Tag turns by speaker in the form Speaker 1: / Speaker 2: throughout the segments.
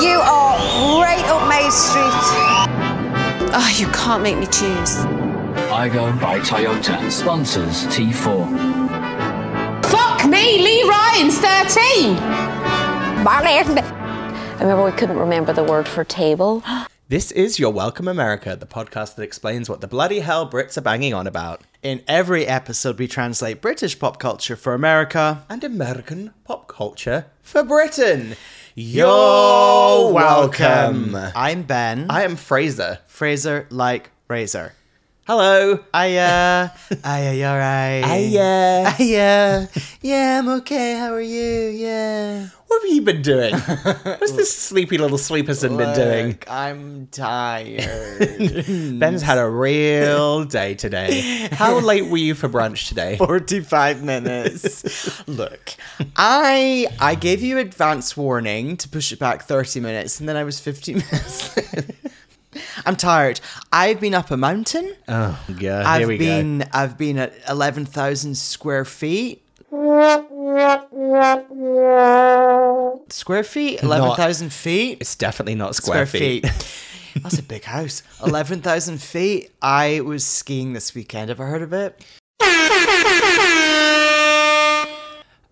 Speaker 1: You are right up Main Street.
Speaker 2: Oh, you can't make me choose.
Speaker 3: I go by Toyota. Sponsors T4.
Speaker 4: Fuck me, Lee Ryan's 13.
Speaker 2: I remember we couldn't remember the word for table.
Speaker 5: This is Your Welcome America, the podcast that explains what the bloody hell Brits are banging on about. In every episode, we translate British pop culture for America and American pop culture for Britain. You're welcome.
Speaker 6: I'm Ben.
Speaker 5: I am Fraser.
Speaker 6: Fraser like razor.
Speaker 5: Hello.
Speaker 6: Hiya. Hiya, you alright?
Speaker 5: Hiya.
Speaker 6: Hiya. Yeah, I'm okay. How are you? Yeah.
Speaker 5: What have you been doing? What's this sleepy little sleeperson been doing?
Speaker 6: Look, I'm tired.
Speaker 5: Ben's had a real day today. How late were you for brunch today?
Speaker 6: 45 minutes. Look, I I gave you advance warning to push it back 30 minutes and then I was 15 minutes. late. I'm tired. I've been up a mountain.
Speaker 5: Oh, yeah,
Speaker 6: I've
Speaker 5: here we go.
Speaker 6: been I've been at eleven thousand square feet. Square feet, eleven thousand feet.
Speaker 5: It's definitely not
Speaker 6: Square
Speaker 5: square,
Speaker 6: feet. That's a big house. Eleven thousand feet. I was skiing this weekend. Have I heard of it?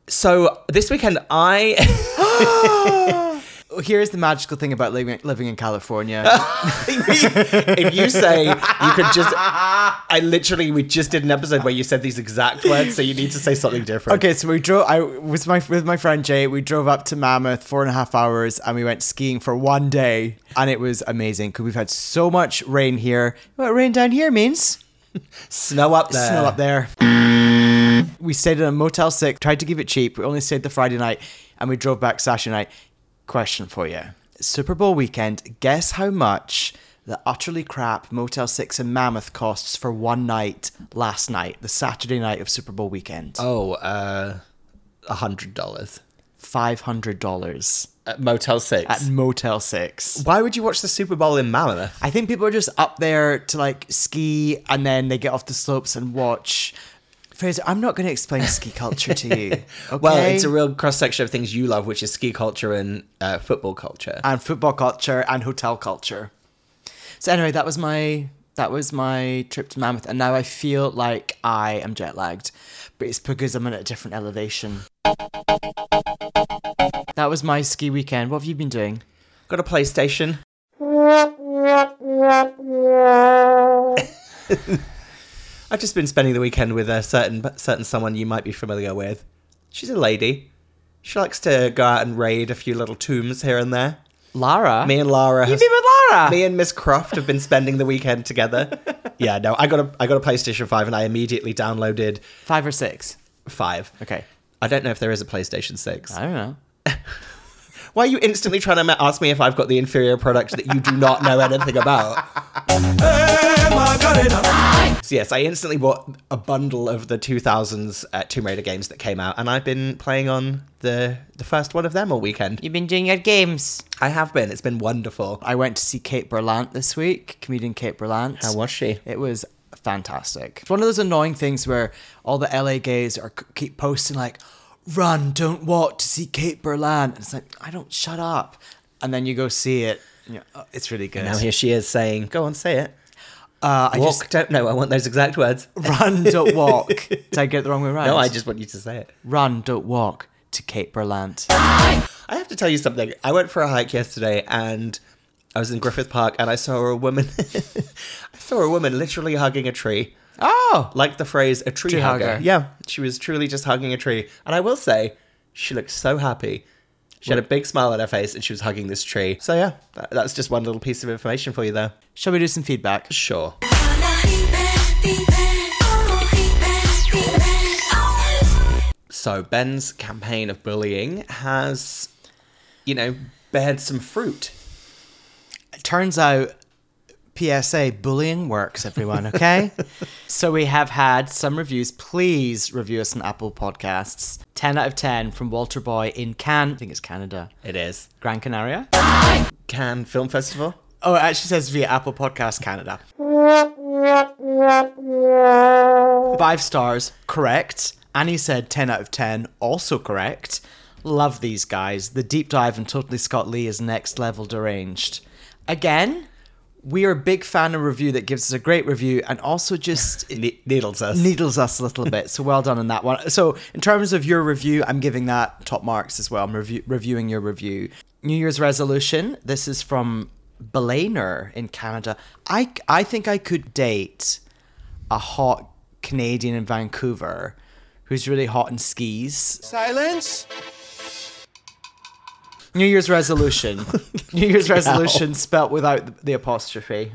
Speaker 5: So this weekend, I.
Speaker 6: Well, Here's the magical thing about living living in California.
Speaker 5: if you say you could just I literally we just did an episode where you said these exact words, so you need to say something different.
Speaker 6: okay, so we drove. I was my with my friend Jay. We drove up to Mammoth four and a half hours, and we went skiing for one day, and it was amazing because we've had so much rain here. What rain down here means?
Speaker 5: Snow up there.
Speaker 6: Snow up there. We stayed in a Motel 6, tried to keep it cheap. We only stayed the Friday night and we drove back Saturday night. Question for you Super Bowl weekend, guess how much the utterly crap Motel 6 in Mammoth costs for one night last night, the Saturday night of Super Bowl weekend?
Speaker 5: Oh, uh a hundred dollars.
Speaker 6: $500
Speaker 5: At Motel Six.
Speaker 6: at Motel 6.
Speaker 5: Why would you watch the Super Bowl in Mammoth?
Speaker 6: I think people are just up there to like ski and then they get off the slopes and watch. Fraser, I'm not going to explain ski culture to you. Okay?
Speaker 5: Well, it's a real cross section of things you love, which is ski culture and uh, football culture.
Speaker 6: and football culture and hotel culture. So anyway, that was my that was my trip to Mammoth, and now I feel like I am jet lagged, but it's because I'm at a different elevation. That was my ski weekend. What have you been doing?
Speaker 5: Got a PlayStation. I've just been spending the weekend with a certain certain someone you might be familiar with. She's a lady. She likes to go out and raid a few little tombs here and there.
Speaker 6: Lara,
Speaker 5: Me and Lara.
Speaker 6: you've been with Lara.
Speaker 5: Me and Miss Croft have been spending the weekend together. yeah, no, I got a I got a PlayStation Five and I immediately downloaded
Speaker 6: Five or six?
Speaker 5: Five.
Speaker 6: Okay,
Speaker 5: I don't know if there is a PlayStation Six.
Speaker 6: I don't know.
Speaker 5: Why are you instantly trying to ma- ask me if I've got the inferior product that you do not know anything about? So yes, I instantly bought a bundle of the 2000s uh, Tomb Raider games that came out, and I've been playing on the the first one of them all weekend.
Speaker 6: You've been doing your games.
Speaker 5: I have been. It's been wonderful.
Speaker 6: I went to see Kate Berlant this week, comedian Kate Berlant.
Speaker 5: How was she?
Speaker 6: It was fantastic. It's one of those annoying things where all the LA gays are keep posting like, "Run, don't walk to see Kate Berlan." And it's like, I don't shut up. And then you go see it. and you're, "Oh, it's really good.
Speaker 5: Now here she is saying, "Go on, say it."
Speaker 6: uh, I
Speaker 5: Walk.
Speaker 6: just
Speaker 5: Don't know. I want those exact words.
Speaker 6: run, don't walk. Did I get it the wrong way around?
Speaker 5: No, I just want you to say it.
Speaker 6: run, don't walk to Kate Berlant.
Speaker 5: I have to tell you something. I went for a hike yesterday and I was in Griffith Park and I saw a woman I saw a woman literally hugging a tree.
Speaker 6: Oh,
Speaker 5: Like the phrase a tree,
Speaker 6: Tree
Speaker 5: hugger.
Speaker 6: hugger.
Speaker 5: Yeah. She was truly just hugging a tree. And I will say, she looked so happy. She had a big smile on her face and she was hugging this tree. So yeah, that, that's just one little piece of information for you there.
Speaker 6: shall we do some feedback?
Speaker 5: Sure. So Ben's campaign of bullying has, you know, bared some fruit.
Speaker 6: turns out PSA bullying works, everyone, okay? so we have had some reviews. Please review us on Apple Podcasts. 10 out of 10 from Walter Boy in Cannes, I think it's Canada,
Speaker 5: It is.
Speaker 6: Gran Canaria.
Speaker 5: Cannes Film Festival.
Speaker 6: Oh, it actually says via Apple Podcasts Canada. Five stars, correct. Annie said 10 out of 10, also correct. Love these guys. The deep dive and Totally Scott Lee is next level deranged. Again, we are a big fan of review that gives us a great review and also just
Speaker 5: Ne- needles us.
Speaker 6: needles us a little bit. So well done on that one. So in terms of your review, I'm giving that top marks as well. I'm review- reviewing your review. New Year's resolution. This is from Belaner in Canada. I I think I could date a hot Canadian in Vancouver who's really hot and skis.
Speaker 7: Silence.
Speaker 6: New Year's resolution. New Year's resolution spelt without the, the apostrophe.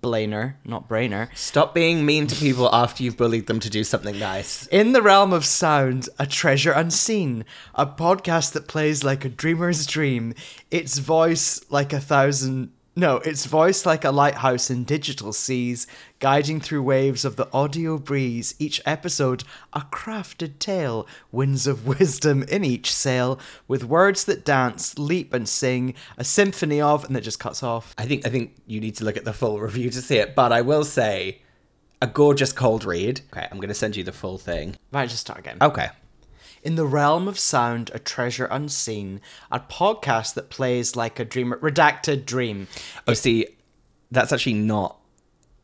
Speaker 6: Blainer, not brainer.
Speaker 5: Stop being mean to people after you've bullied them to do something nice.
Speaker 6: In the realm of sound, a treasure unseen, a podcast that plays like a dreamer's dream, its voice like a thousand. No, its voice like a lighthouse in digital seas, guiding through waves of the audio breeze. Each episode, a crafted tale, winds of wisdom in each sail, with words that dance, leap, and sing, a symphony of, and it just cuts off.
Speaker 5: I think I think you need to look at the full review to see it, but I will say a gorgeous cold read. Okay, I'm going to send you the full thing.
Speaker 6: Right, just start again.
Speaker 5: Okay.
Speaker 6: In the realm of sound, a treasure unseen, a podcast that plays like a dreamer, redacted dream.
Speaker 5: Oh, see, that's actually not.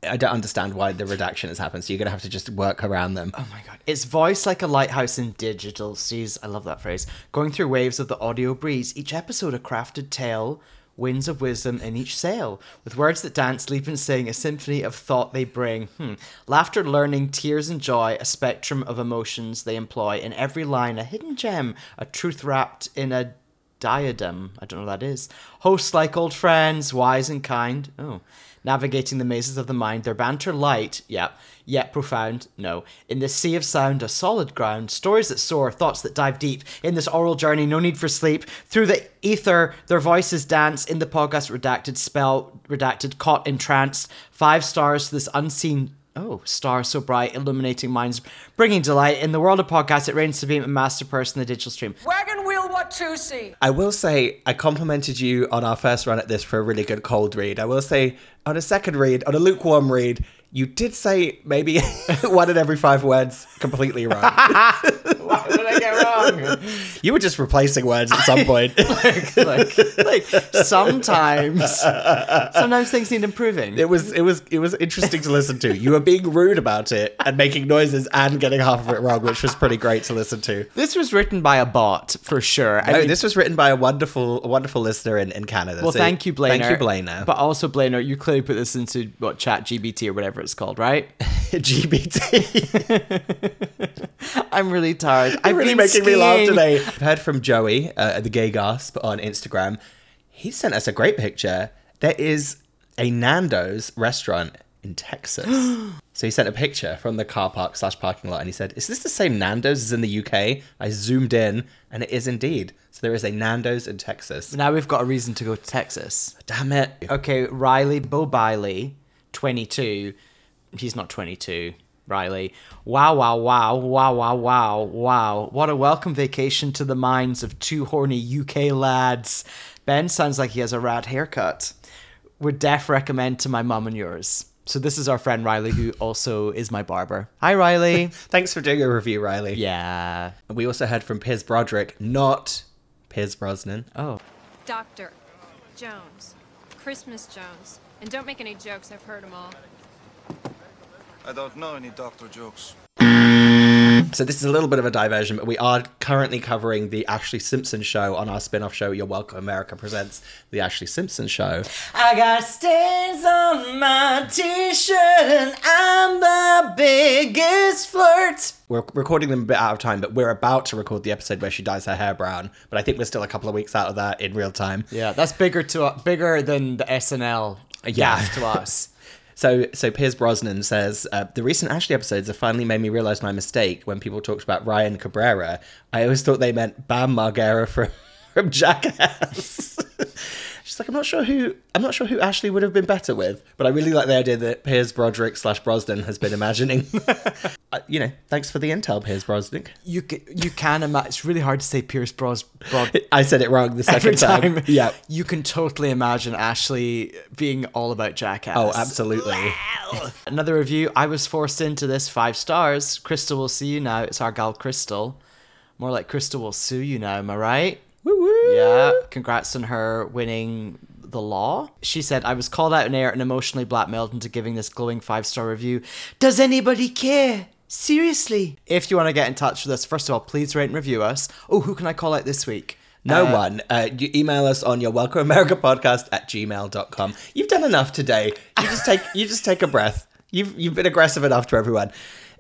Speaker 5: I don't understand why the redaction has happened. So you're going to have to just work around them.
Speaker 6: Oh my god. Its voice like a lighthouse in digital seas. I love that phrase. Going through waves of the audio breeze, each episode a crafted tale, winds of wisdom in each sail. With words that dance, leap and sing, a symphony of thought they bring. Hmm. Laughter, learning, tears and joy, a spectrum of emotions they employ. In every line, a hidden gem, a truth wrapped in a diadem. I don't know what that is. Hosts like old friends, wise and kind. Oh. Navigating the mazes of the mind, their banter light, yep, yet profound, no. In this sea of sound, a solid ground, stories that soar, thoughts that dive deep. In this oral journey, no need for sleep. Through the ether, their voices dance. In the podcast, redacted spell, redacted, caught entranced. Five stars to this unseen Oh, star so bright, illuminating minds, bringing delight. In the world of podcasts, it reigns supreme and master person, the digital stream.
Speaker 8: Wagon wheel Watusi.
Speaker 5: I will say I complimented you on our first run at this for a really good cold read. I will say on a second read, on a lukewarm read, you did say maybe one in every five words completely wrong.
Speaker 6: Did I get wrong?
Speaker 5: you were just replacing words at some point.
Speaker 6: like, like sometimes sometimes things need improving
Speaker 5: It was it was it was interesting to listen to. You were being rude about it and making noises and getting half of it wrong, which was pretty great to listen to.
Speaker 6: this was written by a bot for sure I
Speaker 5: No,
Speaker 6: mean-
Speaker 5: Oh, this was written by a wonderful a wonderful listener in, in Canada.
Speaker 6: well
Speaker 5: so
Speaker 6: thank you blainer
Speaker 5: Thank you, Blainer.
Speaker 6: but also blainer you clearly put this into what chat gbt or whatever it's called right
Speaker 5: GBT.
Speaker 6: i'm really tired i'm
Speaker 5: You're really making me laugh today. I've heard from Joey, uh, the gay gasp, on Instagram. He sent us a great picture. There is a Nando's restaurant in Texas. so he sent a picture from the car park slash parking lot and he said, Is this the same Nando's as in the UK? I zoomed in and it is indeed. So there is a Nando's in Texas.
Speaker 6: now we've got a reason to go to texas
Speaker 5: Damn it.
Speaker 6: okay riley bo biley 22 he's not 22 riley wow wow wow wow wow wow wow what a welcome vacation to the minds of two horny uk lads ben sounds like he has a rad haircut would def recommend to my mum and yours so this is our friend riley who also is my barber hi riley
Speaker 5: Thanks for doing a review, Riley.
Speaker 6: yeah
Speaker 5: We also heard from Piers Broderick, not Piers Brosnan.
Speaker 9: Dr. Jones. Christmas Jones. And don't make any jokes, I've heard them all.
Speaker 7: I don't know any doctor jokes.
Speaker 5: So this is a little bit of a diversion, but we are currently covering the Ashley Simpson show on our spin-off show Your Welcome America presents the Ashley Simpson show.
Speaker 6: I got stains on my t-shirt and I'm the biggest flirt.
Speaker 5: We're recording them a bit out of time, but we're about to record the episode where she dyes her hair brown, but I think we're still a couple of weeks out of that in real time.
Speaker 6: Yeah, that's bigger to bigger than the SNL
Speaker 5: Yeah.
Speaker 6: gaff to us.
Speaker 5: So, so Piers Brosnan says uh, the recent Ashley episodes have finally made me realize my mistake. When people talked about Ryan Cabrera, I always thought they meant Bam Margera from from Jackass. She's like, I'm not sure who I'm not sure who Ashley would have been better with, but I really like the idea that Piers Broderick slash Brosnan has been imagining. Uh, you know, thanks for the intel, Piers Brosnan.
Speaker 6: you can you can imagine. It's really hard to say Pierce Bros. Brod
Speaker 5: I said it wrong the second
Speaker 6: every time.
Speaker 5: Yeah.
Speaker 6: you can totally imagine Ashley being all about jackass.
Speaker 5: Oh, absolutely.
Speaker 6: Another review. I was forced into this five stars. Crystal will see you now. It's our gal Crystal. More like Crystal will sue you now, am I right?
Speaker 5: Woo woo.
Speaker 6: Yeah, congrats on her winning the law. She said, I was called out in air and emotionally blackmailed into giving this glowing five star review. Does anybody care? Seriously. If you want to get in touch with us, first of all, please rate and review us. Oh, who can I call out this week?
Speaker 5: No one. Uh, you email us on your welcome America podcast at gmail.com. You've done enough today. You just take you just take a breath. You've you've been aggressive enough to everyone.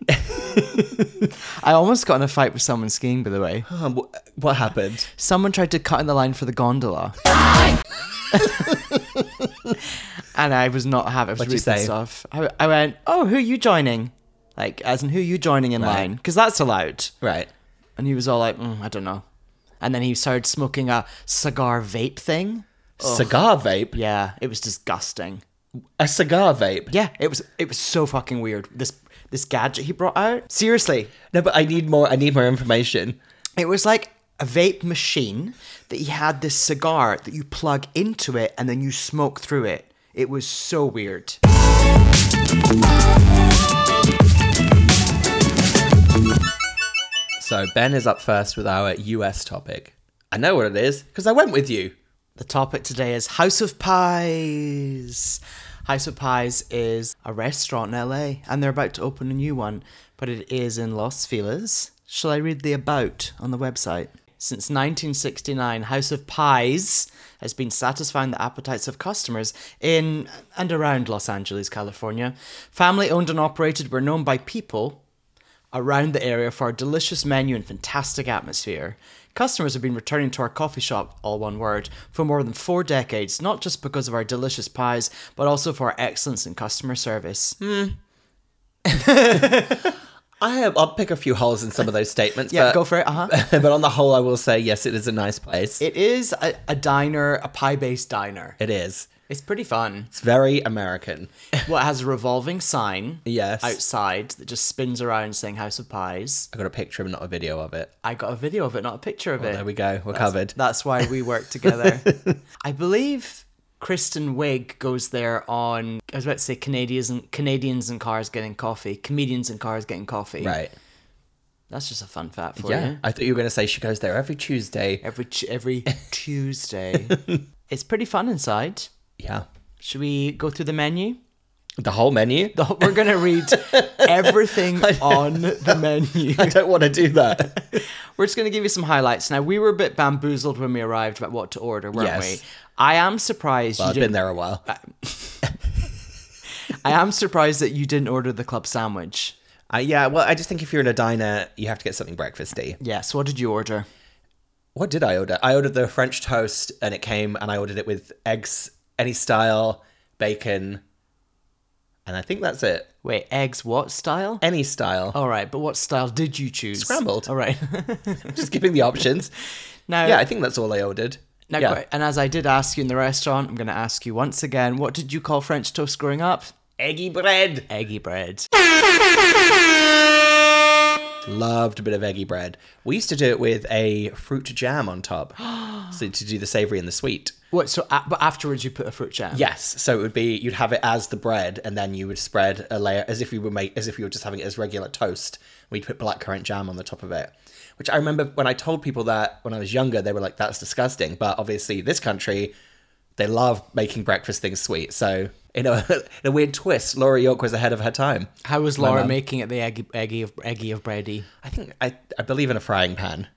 Speaker 6: I almost got in a fight with someone skiing, by the way.
Speaker 5: Um, wh- what happened?
Speaker 6: Someone tried to cut in the line for the gondola. and I was not having it. I
Speaker 5: What'd
Speaker 6: was
Speaker 5: you
Speaker 6: really
Speaker 5: say?
Speaker 6: pissed off. I, I went, oh, who are you joining? Like, as in, who are you joining in line? Because that's allowed.
Speaker 5: Right.
Speaker 6: And he was all like, mm, I don't know. And then he started smoking a cigar vape thing.
Speaker 5: Cigar vape.
Speaker 6: Yeah, it was disgusting.
Speaker 5: A cigar vape.
Speaker 6: Yeah, it was it was so fucking weird. This this gadget he brought out. Seriously,
Speaker 5: No, but I need more I need more information.
Speaker 6: It was like a vape machine that he had this cigar that you plug into it and then you smoke through it. It was so weird.
Speaker 5: So Ben is up first with our US topic. I know what it is, because I went with you.
Speaker 6: The topic today is House of Pies. House of Pies is a restaurant in LA and they're about to open a new one, but it is in Los Feliz. Shall I read the about on the website? Since 1969, House of Pies has been satisfying the appetites of customers in and around Los Angeles, California. Family owned and operated, we're known by people around the area for our delicious menu and fantastic atmosphere. Customers have been returning to our coffee shop, all one word, for more than four decades, not just because of our delicious pies, but also for our excellence in customer service.
Speaker 5: Hmm. I have, I'll pick a few holes in some of those statements.
Speaker 6: Yeah,
Speaker 5: but,
Speaker 6: go for it. Uh huh.
Speaker 5: but on the whole, I will say yes, it is a nice place.
Speaker 6: it is a, a diner, a pie based diner.
Speaker 5: it is.
Speaker 6: It's pretty fun.
Speaker 5: It's very American.
Speaker 6: Well, it has a revolving sign
Speaker 5: Yes.
Speaker 6: outside that just spins around saying House of Pies.
Speaker 5: I got a picture of it, not a video of it.
Speaker 6: I got a video of it, not a picture of it.
Speaker 5: Oh, There we go. We're
Speaker 6: That's-
Speaker 5: covered.
Speaker 6: That's why we work together. I believe Kristen Wiig goes there on. I was about to say Canadians and Canadians and cars getting coffee, comedians and cars getting coffee.
Speaker 5: right.
Speaker 6: That's just a fun fact for
Speaker 5: Yeah.
Speaker 6: you.
Speaker 5: I thought you were going to say she goes there every Tuesday.
Speaker 6: Every t- every Tuesday, it's pretty fun inside.
Speaker 5: Yeah.
Speaker 6: Should we go through the menu?
Speaker 5: The whole menu?
Speaker 6: The- We're gonna read everything on the menu.
Speaker 5: I don't want to do that.
Speaker 6: We're just going to give you some highlights. Now, we were a bit bamboozled when we arrived about what to order, weren't
Speaker 5: Yes.
Speaker 6: we? I am surprised
Speaker 5: Well,
Speaker 6: you
Speaker 5: I've
Speaker 6: didn't.
Speaker 5: been there a while.
Speaker 6: Uh, I am surprised that you didn't order the club sandwich.
Speaker 5: Uh, yeah, well, I just think if you're in a diner, you have to get something breakfasty.
Speaker 6: Yes. What did you order?
Speaker 5: What did I order? I ordered the French toast and it came and I ordered it with eggs, any style, bacon, and I think that's it.
Speaker 6: Wait, eggs what style?
Speaker 5: Any style.
Speaker 6: All right, but what style did you choose?
Speaker 5: Scrambled.
Speaker 6: All right.
Speaker 5: Just giving the options.
Speaker 6: now,
Speaker 5: Yeah, I think that's all I ordered.
Speaker 6: now
Speaker 5: yeah.
Speaker 6: qu- and as I did ask you in the restaurant, I'm going to ask you once again. What did you call French toast growing up?
Speaker 5: Eggy bread.
Speaker 6: Eggy bread.
Speaker 5: Loved a bit of eggy bread. We used to do it with a fruit jam on top. so to do the savory and the sweet.
Speaker 6: What? So, a- but afterwards you put a fruit jam.
Speaker 5: Yes, so it would be you'd have it as the bread, and then you would spread a layer as if you were make as if you were just having it as regular toast. We'd put blackcurrant jam on the top of it, which I remember when I told people that when I was younger, they were like, "That's disgusting." But obviously, this country, they love making breakfast things sweet. So in a in a weird twist, Laura York was ahead of her time.
Speaker 6: How was Laura making it the eggy, eggy of eggy of bready?
Speaker 5: I think I I believe in a frying pan.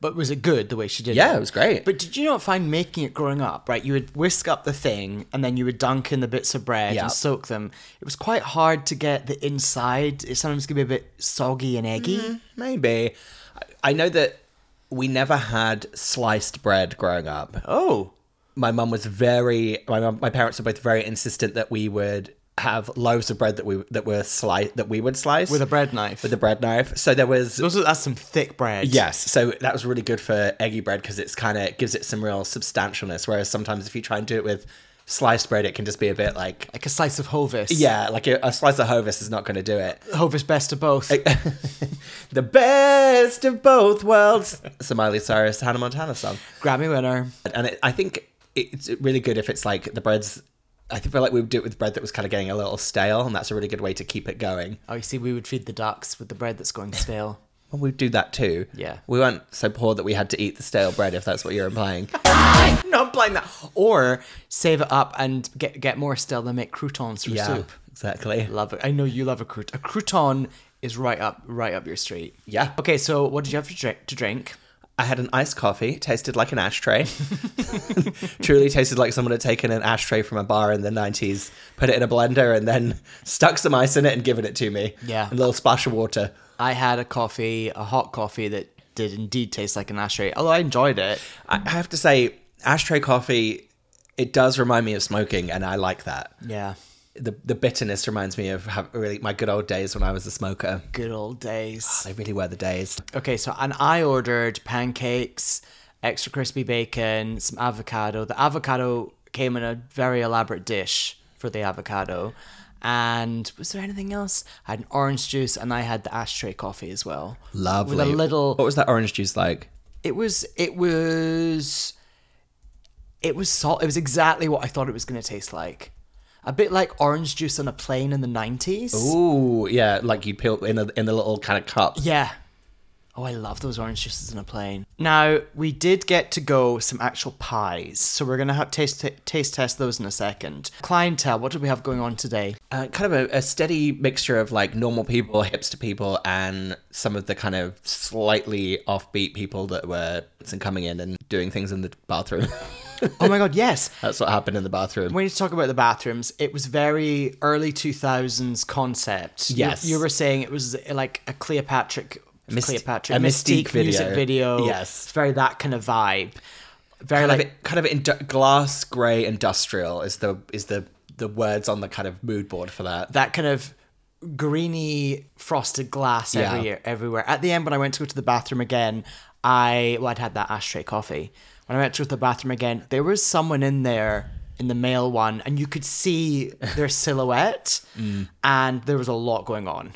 Speaker 6: But was it good the way she did it?
Speaker 5: Yeah, it was great.
Speaker 6: But did you not find making it growing up, right? You would whisk up the thing and then you would dunk in the bits of bread
Speaker 5: Yeah.
Speaker 6: and soak them. It was quite hard to get the inside. It sometimes could be a bit soggy and eggy.
Speaker 5: Maybe I, I know that we never had sliced bread growing up.
Speaker 6: Oh.
Speaker 5: my mum was very my mum, my parents were both very insistent that we would have loaves of bread that we that were slice that we would slice
Speaker 6: With a bread knife.
Speaker 5: with a bread knife. So there was
Speaker 6: Those are, that's some thick bread.
Speaker 5: yes, so that was really good for eggy bread because it's kind of gives it some real substantialness. Whereas sometimes if you try and do it with sliced bread, it can just be a bit like
Speaker 6: Like a slice of Hovis.
Speaker 5: yeah, like a, a slice of hovis is not going to do it.
Speaker 6: Hovis best of both.
Speaker 5: The best of both worlds. Somali Cyrus Hannah Montana song.
Speaker 6: Grammy winner.
Speaker 5: and it, I think it's really good if it's like the bread's. I feel like we would do it with bread that was kind of getting a little stale, and that's a really good way to keep it going.
Speaker 6: Oh, you see, we would feed the ducks with the bread that's going stale.
Speaker 5: Well, we do that too.
Speaker 6: Yeah.
Speaker 5: We weren't so poor that we had to eat the stale bread, if that's what you're implying. Not implying that.
Speaker 6: Or save it up and get get more still than make croutons for
Speaker 5: Yeah,
Speaker 6: soup.
Speaker 5: exactly.
Speaker 6: Love it. I know you love a crouton. A crouton is right up, right up your street.
Speaker 5: Yeah.
Speaker 6: Okay, so what did you have to drink? To drink?
Speaker 5: I had an iced coffee, tasted like an ashtray. Truly tasted like someone had taken an ashtray from a bar in the 90s, put it in a blender, and then stuck some ice in it and given it to me.
Speaker 6: Yeah.
Speaker 5: A little splash of water.
Speaker 6: I had a coffee, a hot coffee that did indeed taste like an ashtray. Although I enjoyed it.
Speaker 5: I I have to say, ashtray coffee, it does remind me of smoking, and I like that.
Speaker 6: Yeah.
Speaker 5: The, the bitterness reminds me of how, really my good old days when I was a smoker.
Speaker 6: Good old days.
Speaker 5: They really were the days.
Speaker 6: Okay, so and I ordered pancakes, extra crispy bacon, some avocado. The avocado came in a very elaborate dish for the avocado. And was there anything else? I had an orange juice and I had the ashtray coffee as well.
Speaker 5: Lovely.
Speaker 6: With a little
Speaker 5: What was that orange juice like?
Speaker 6: it was it was it was salt it was exactly what i thought it was going to taste like a bit like orange juice on a plane in the 90s
Speaker 5: Ooh, yeah, like you peel in a, in the little kind of cup.
Speaker 6: yeah oh i love those orange juices on a plane now we did get to go some actual pies so we're going to have taste t- taste test those in a second clientele what do we have going on today
Speaker 5: Uh, kind of a, a steady mixture of like normal people, hipster people, and some of the kind of slightly offbeat people that were coming in and doing things in the bathroom.
Speaker 6: oh my god yes
Speaker 5: That's what happened in the bathroom.
Speaker 6: we need to talk about the bathrooms. It was very early 2000s concept. You-
Speaker 5: Yes.
Speaker 6: You, were saying it was like a Cleopatra,
Speaker 5: Myst-
Speaker 6: Cleopatra
Speaker 5: a
Speaker 6: Mystique,
Speaker 5: Mystique video.
Speaker 6: music video.
Speaker 5: Yes.
Speaker 6: It's very that kind of vibe. Very
Speaker 5: kind
Speaker 6: like,
Speaker 5: of kind of indu- glass gray industrial is the is the the words on the kind of mood board for that.
Speaker 6: that kind of greeny frosted glass every
Speaker 5: Yeah.
Speaker 6: year, everywhere. At the end, when I went to go to the bathroom again, I, well, I'd had that ashtray coffee. When I went to go to the bathroom again, there was someone in there in the male one and you could see their silhouette and there was a lot going on.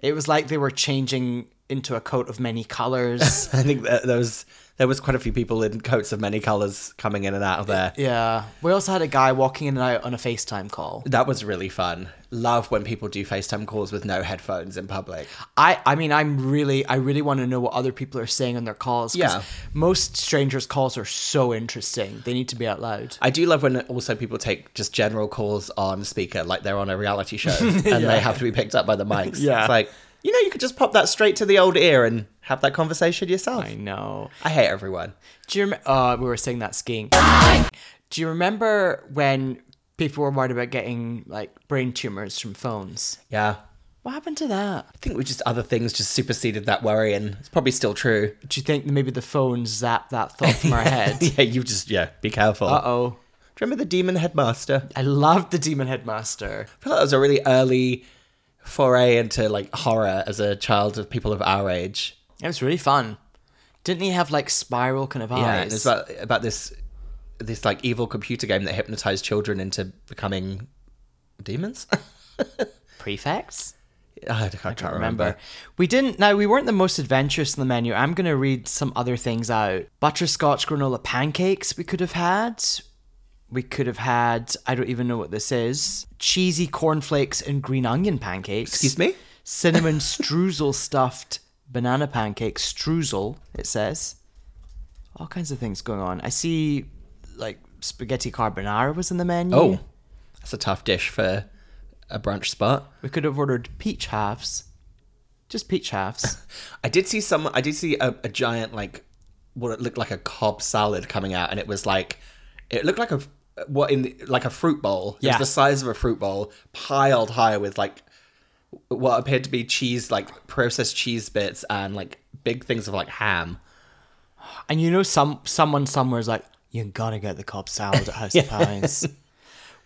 Speaker 6: It was like they were changing into a coat of many colors.
Speaker 5: I think that there was there was quite a few people in coats of many colors coming in and out of there.
Speaker 6: yeah. We also had a guy walking in and out on a FaceTime call.
Speaker 5: That was really fun. Love when people do FaceTime calls with no headphones in public.
Speaker 6: I, I mean, I'm really, I really want to know what other people are saying on their calls. 'cause
Speaker 5: Yeah.
Speaker 6: Most strangers' calls are so interesting. They need to be out loud.
Speaker 5: I do love when also people take just general calls on speaker, like they're on a reality show and they have to be picked up by the mics.
Speaker 6: Yeah.
Speaker 5: It's like, you know, you could just pop that straight to the old ear and have that conversation yourself.
Speaker 6: I
Speaker 5: I,
Speaker 6: know.
Speaker 5: hate everyone.
Speaker 6: Do you remember? Uh, we were saying that skiing. Do you remember when people were worried about getting like brain tumors from phones?
Speaker 5: Yeah.
Speaker 6: What happened to that?
Speaker 5: I think we just other things just superseded that worry and it's probably still true.
Speaker 6: Do you think maybe the phone zapped that thought from our head?
Speaker 5: yeah, you just yeah, be careful.
Speaker 6: Uh oh.
Speaker 5: Do you remember the demon headmaster?
Speaker 6: I loved the Demon Headmaster.
Speaker 5: I feel like that was a really early foray into like horror as a child of people of our age.
Speaker 6: It was really fun. Didn't he have like spiral kind of eyes?
Speaker 5: Yeah, and it's about about this this like evil computer game that hypnotized children into becoming demons.
Speaker 6: prefects.
Speaker 5: I can't, I can't
Speaker 6: remember.
Speaker 5: remember.
Speaker 6: We didn't. Now we weren't the most adventurous in the menu. I'm gonna read some other things out. Butterscotch granola pancakes we could have had. We could have had. I don't even know what this is. Cheesy cornflakes and green onion pancakes.
Speaker 5: Excuse me.
Speaker 6: Cinnamon streusel stuffed banana pancakes. Streusel. It says. All kinds of things going on. I see, like spaghetti carbonara was in the menu.
Speaker 5: Oh, that's a tough dish for a brunch spot.
Speaker 6: we could have ordered peach halves. Just peach halves.
Speaker 5: I did see some. I did see a, a giant like what it looked like a cob salad coming out, and it was like it looked like a what in the, like a fruit bowl. It
Speaker 6: Yeah.
Speaker 5: was the size of a fruit bowl piled high with like what appeared to be cheese, like processed cheese bits, and like big things of like ham.
Speaker 6: And you know, some someone somewhere is like, "You gotta get the cob salad at House of Pies."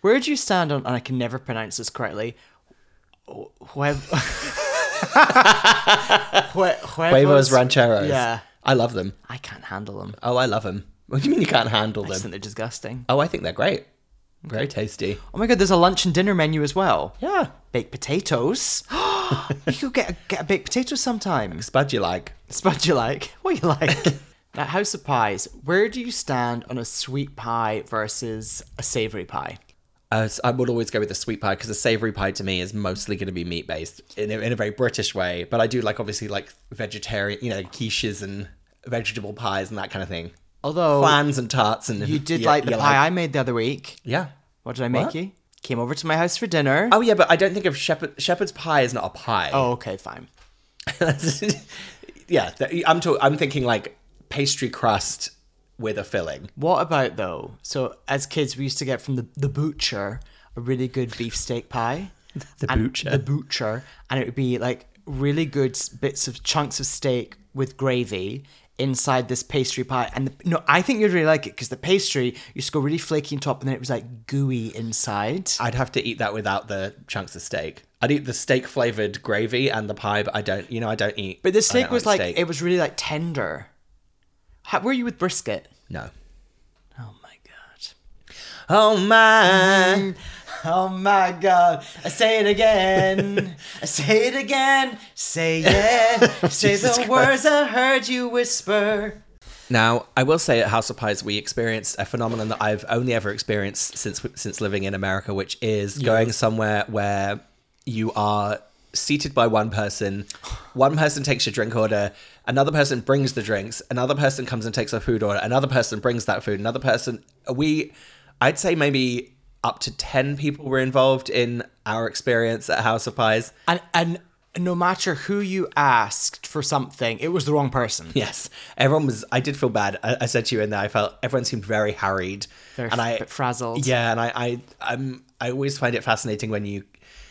Speaker 6: Where do you stand on? And I can never pronounce this correctly. Huev- Hue-
Speaker 5: Huevos rancheros.
Speaker 6: Yeah,
Speaker 5: I love them.
Speaker 6: I can't handle them.
Speaker 5: Oh, I love them. What do you mean you can't handle
Speaker 6: I just
Speaker 5: them?
Speaker 6: think they're disgusting.
Speaker 5: Oh, I think they're great. Very tasty.
Speaker 6: Oh my god, there's a lunch and dinner menu as well.
Speaker 5: Yeah.
Speaker 6: Baked potatoes. you could get a, get a baked potato sometime.
Speaker 5: Spud you like.
Speaker 6: Spud you like? What you like? now, House of Pies. Where do you stand on a sweet pie versus a savory pie?
Speaker 5: I was- I would always go with the sweet pie because the savory pie to me is mostly going to be meat based in a, in a very British way. But I do like obviously like vegetarian, you know, quiches and vegetable pies and that kind of thing.
Speaker 6: Although
Speaker 5: Plans and tarts and
Speaker 6: Oh, you did
Speaker 5: yeah,
Speaker 6: like the
Speaker 5: yeah,
Speaker 6: pie I made the other week.
Speaker 5: yeah.
Speaker 6: What did I make
Speaker 5: What?
Speaker 6: you? Came over to my house for dinner.
Speaker 5: Oh yeah, but I don't think of shepherd shepherd's pie is not a pie.
Speaker 6: Oh, okay, fine.
Speaker 5: yeah, th- I'm to- I'm thinking like pastry crust with a filling.
Speaker 6: What about though? So as kids, we used to get from the the butcher a really good beefsteak pie.
Speaker 5: The
Speaker 6: and-
Speaker 5: butcher.
Speaker 6: The butcher, and it would be like really good s- bits of chunks of steak with gravy inside this pastry pie. And the, no, I think you'd really like it because the pastry used to go really flaky on top, and then it was like gooey inside.
Speaker 5: I'd have to eat that without the chunks of steak. I'd eat the steak flavored gravy and the pie, but I don't. You know, I don't eat.
Speaker 6: But the
Speaker 5: I don't
Speaker 6: steak was like
Speaker 5: like steak.
Speaker 6: it was really like tender. How, were you with brisket?
Speaker 5: no.
Speaker 6: Oh my god.
Speaker 5: Oh my!
Speaker 6: Oh my god. I say it again. I say it again. Say yeah. say the
Speaker 5: Jesus
Speaker 6: words I heard you whisper.
Speaker 5: Now, I will say at House of Pies, we experienced a phenomenon that I've only ever experienced since since living in America, which is going somewhere where you are seated by one person, one person takes your drink order, another person brings the drinks, another person comes and takes a food order, another person brings that food, another person. We, I'd say maybe up to ten people were involved in our experience at House of Pies.
Speaker 6: And and no matter who you asked for something, it was the wrong person.
Speaker 5: Yes, everyone was. I did feel bad. I, I said to you in there, I felt everyone seemed very harried,
Speaker 6: Very
Speaker 5: and
Speaker 6: f-
Speaker 5: I
Speaker 6: bit frazzled.
Speaker 5: Yeah, and I, I, I'm, I always find it fascinating when you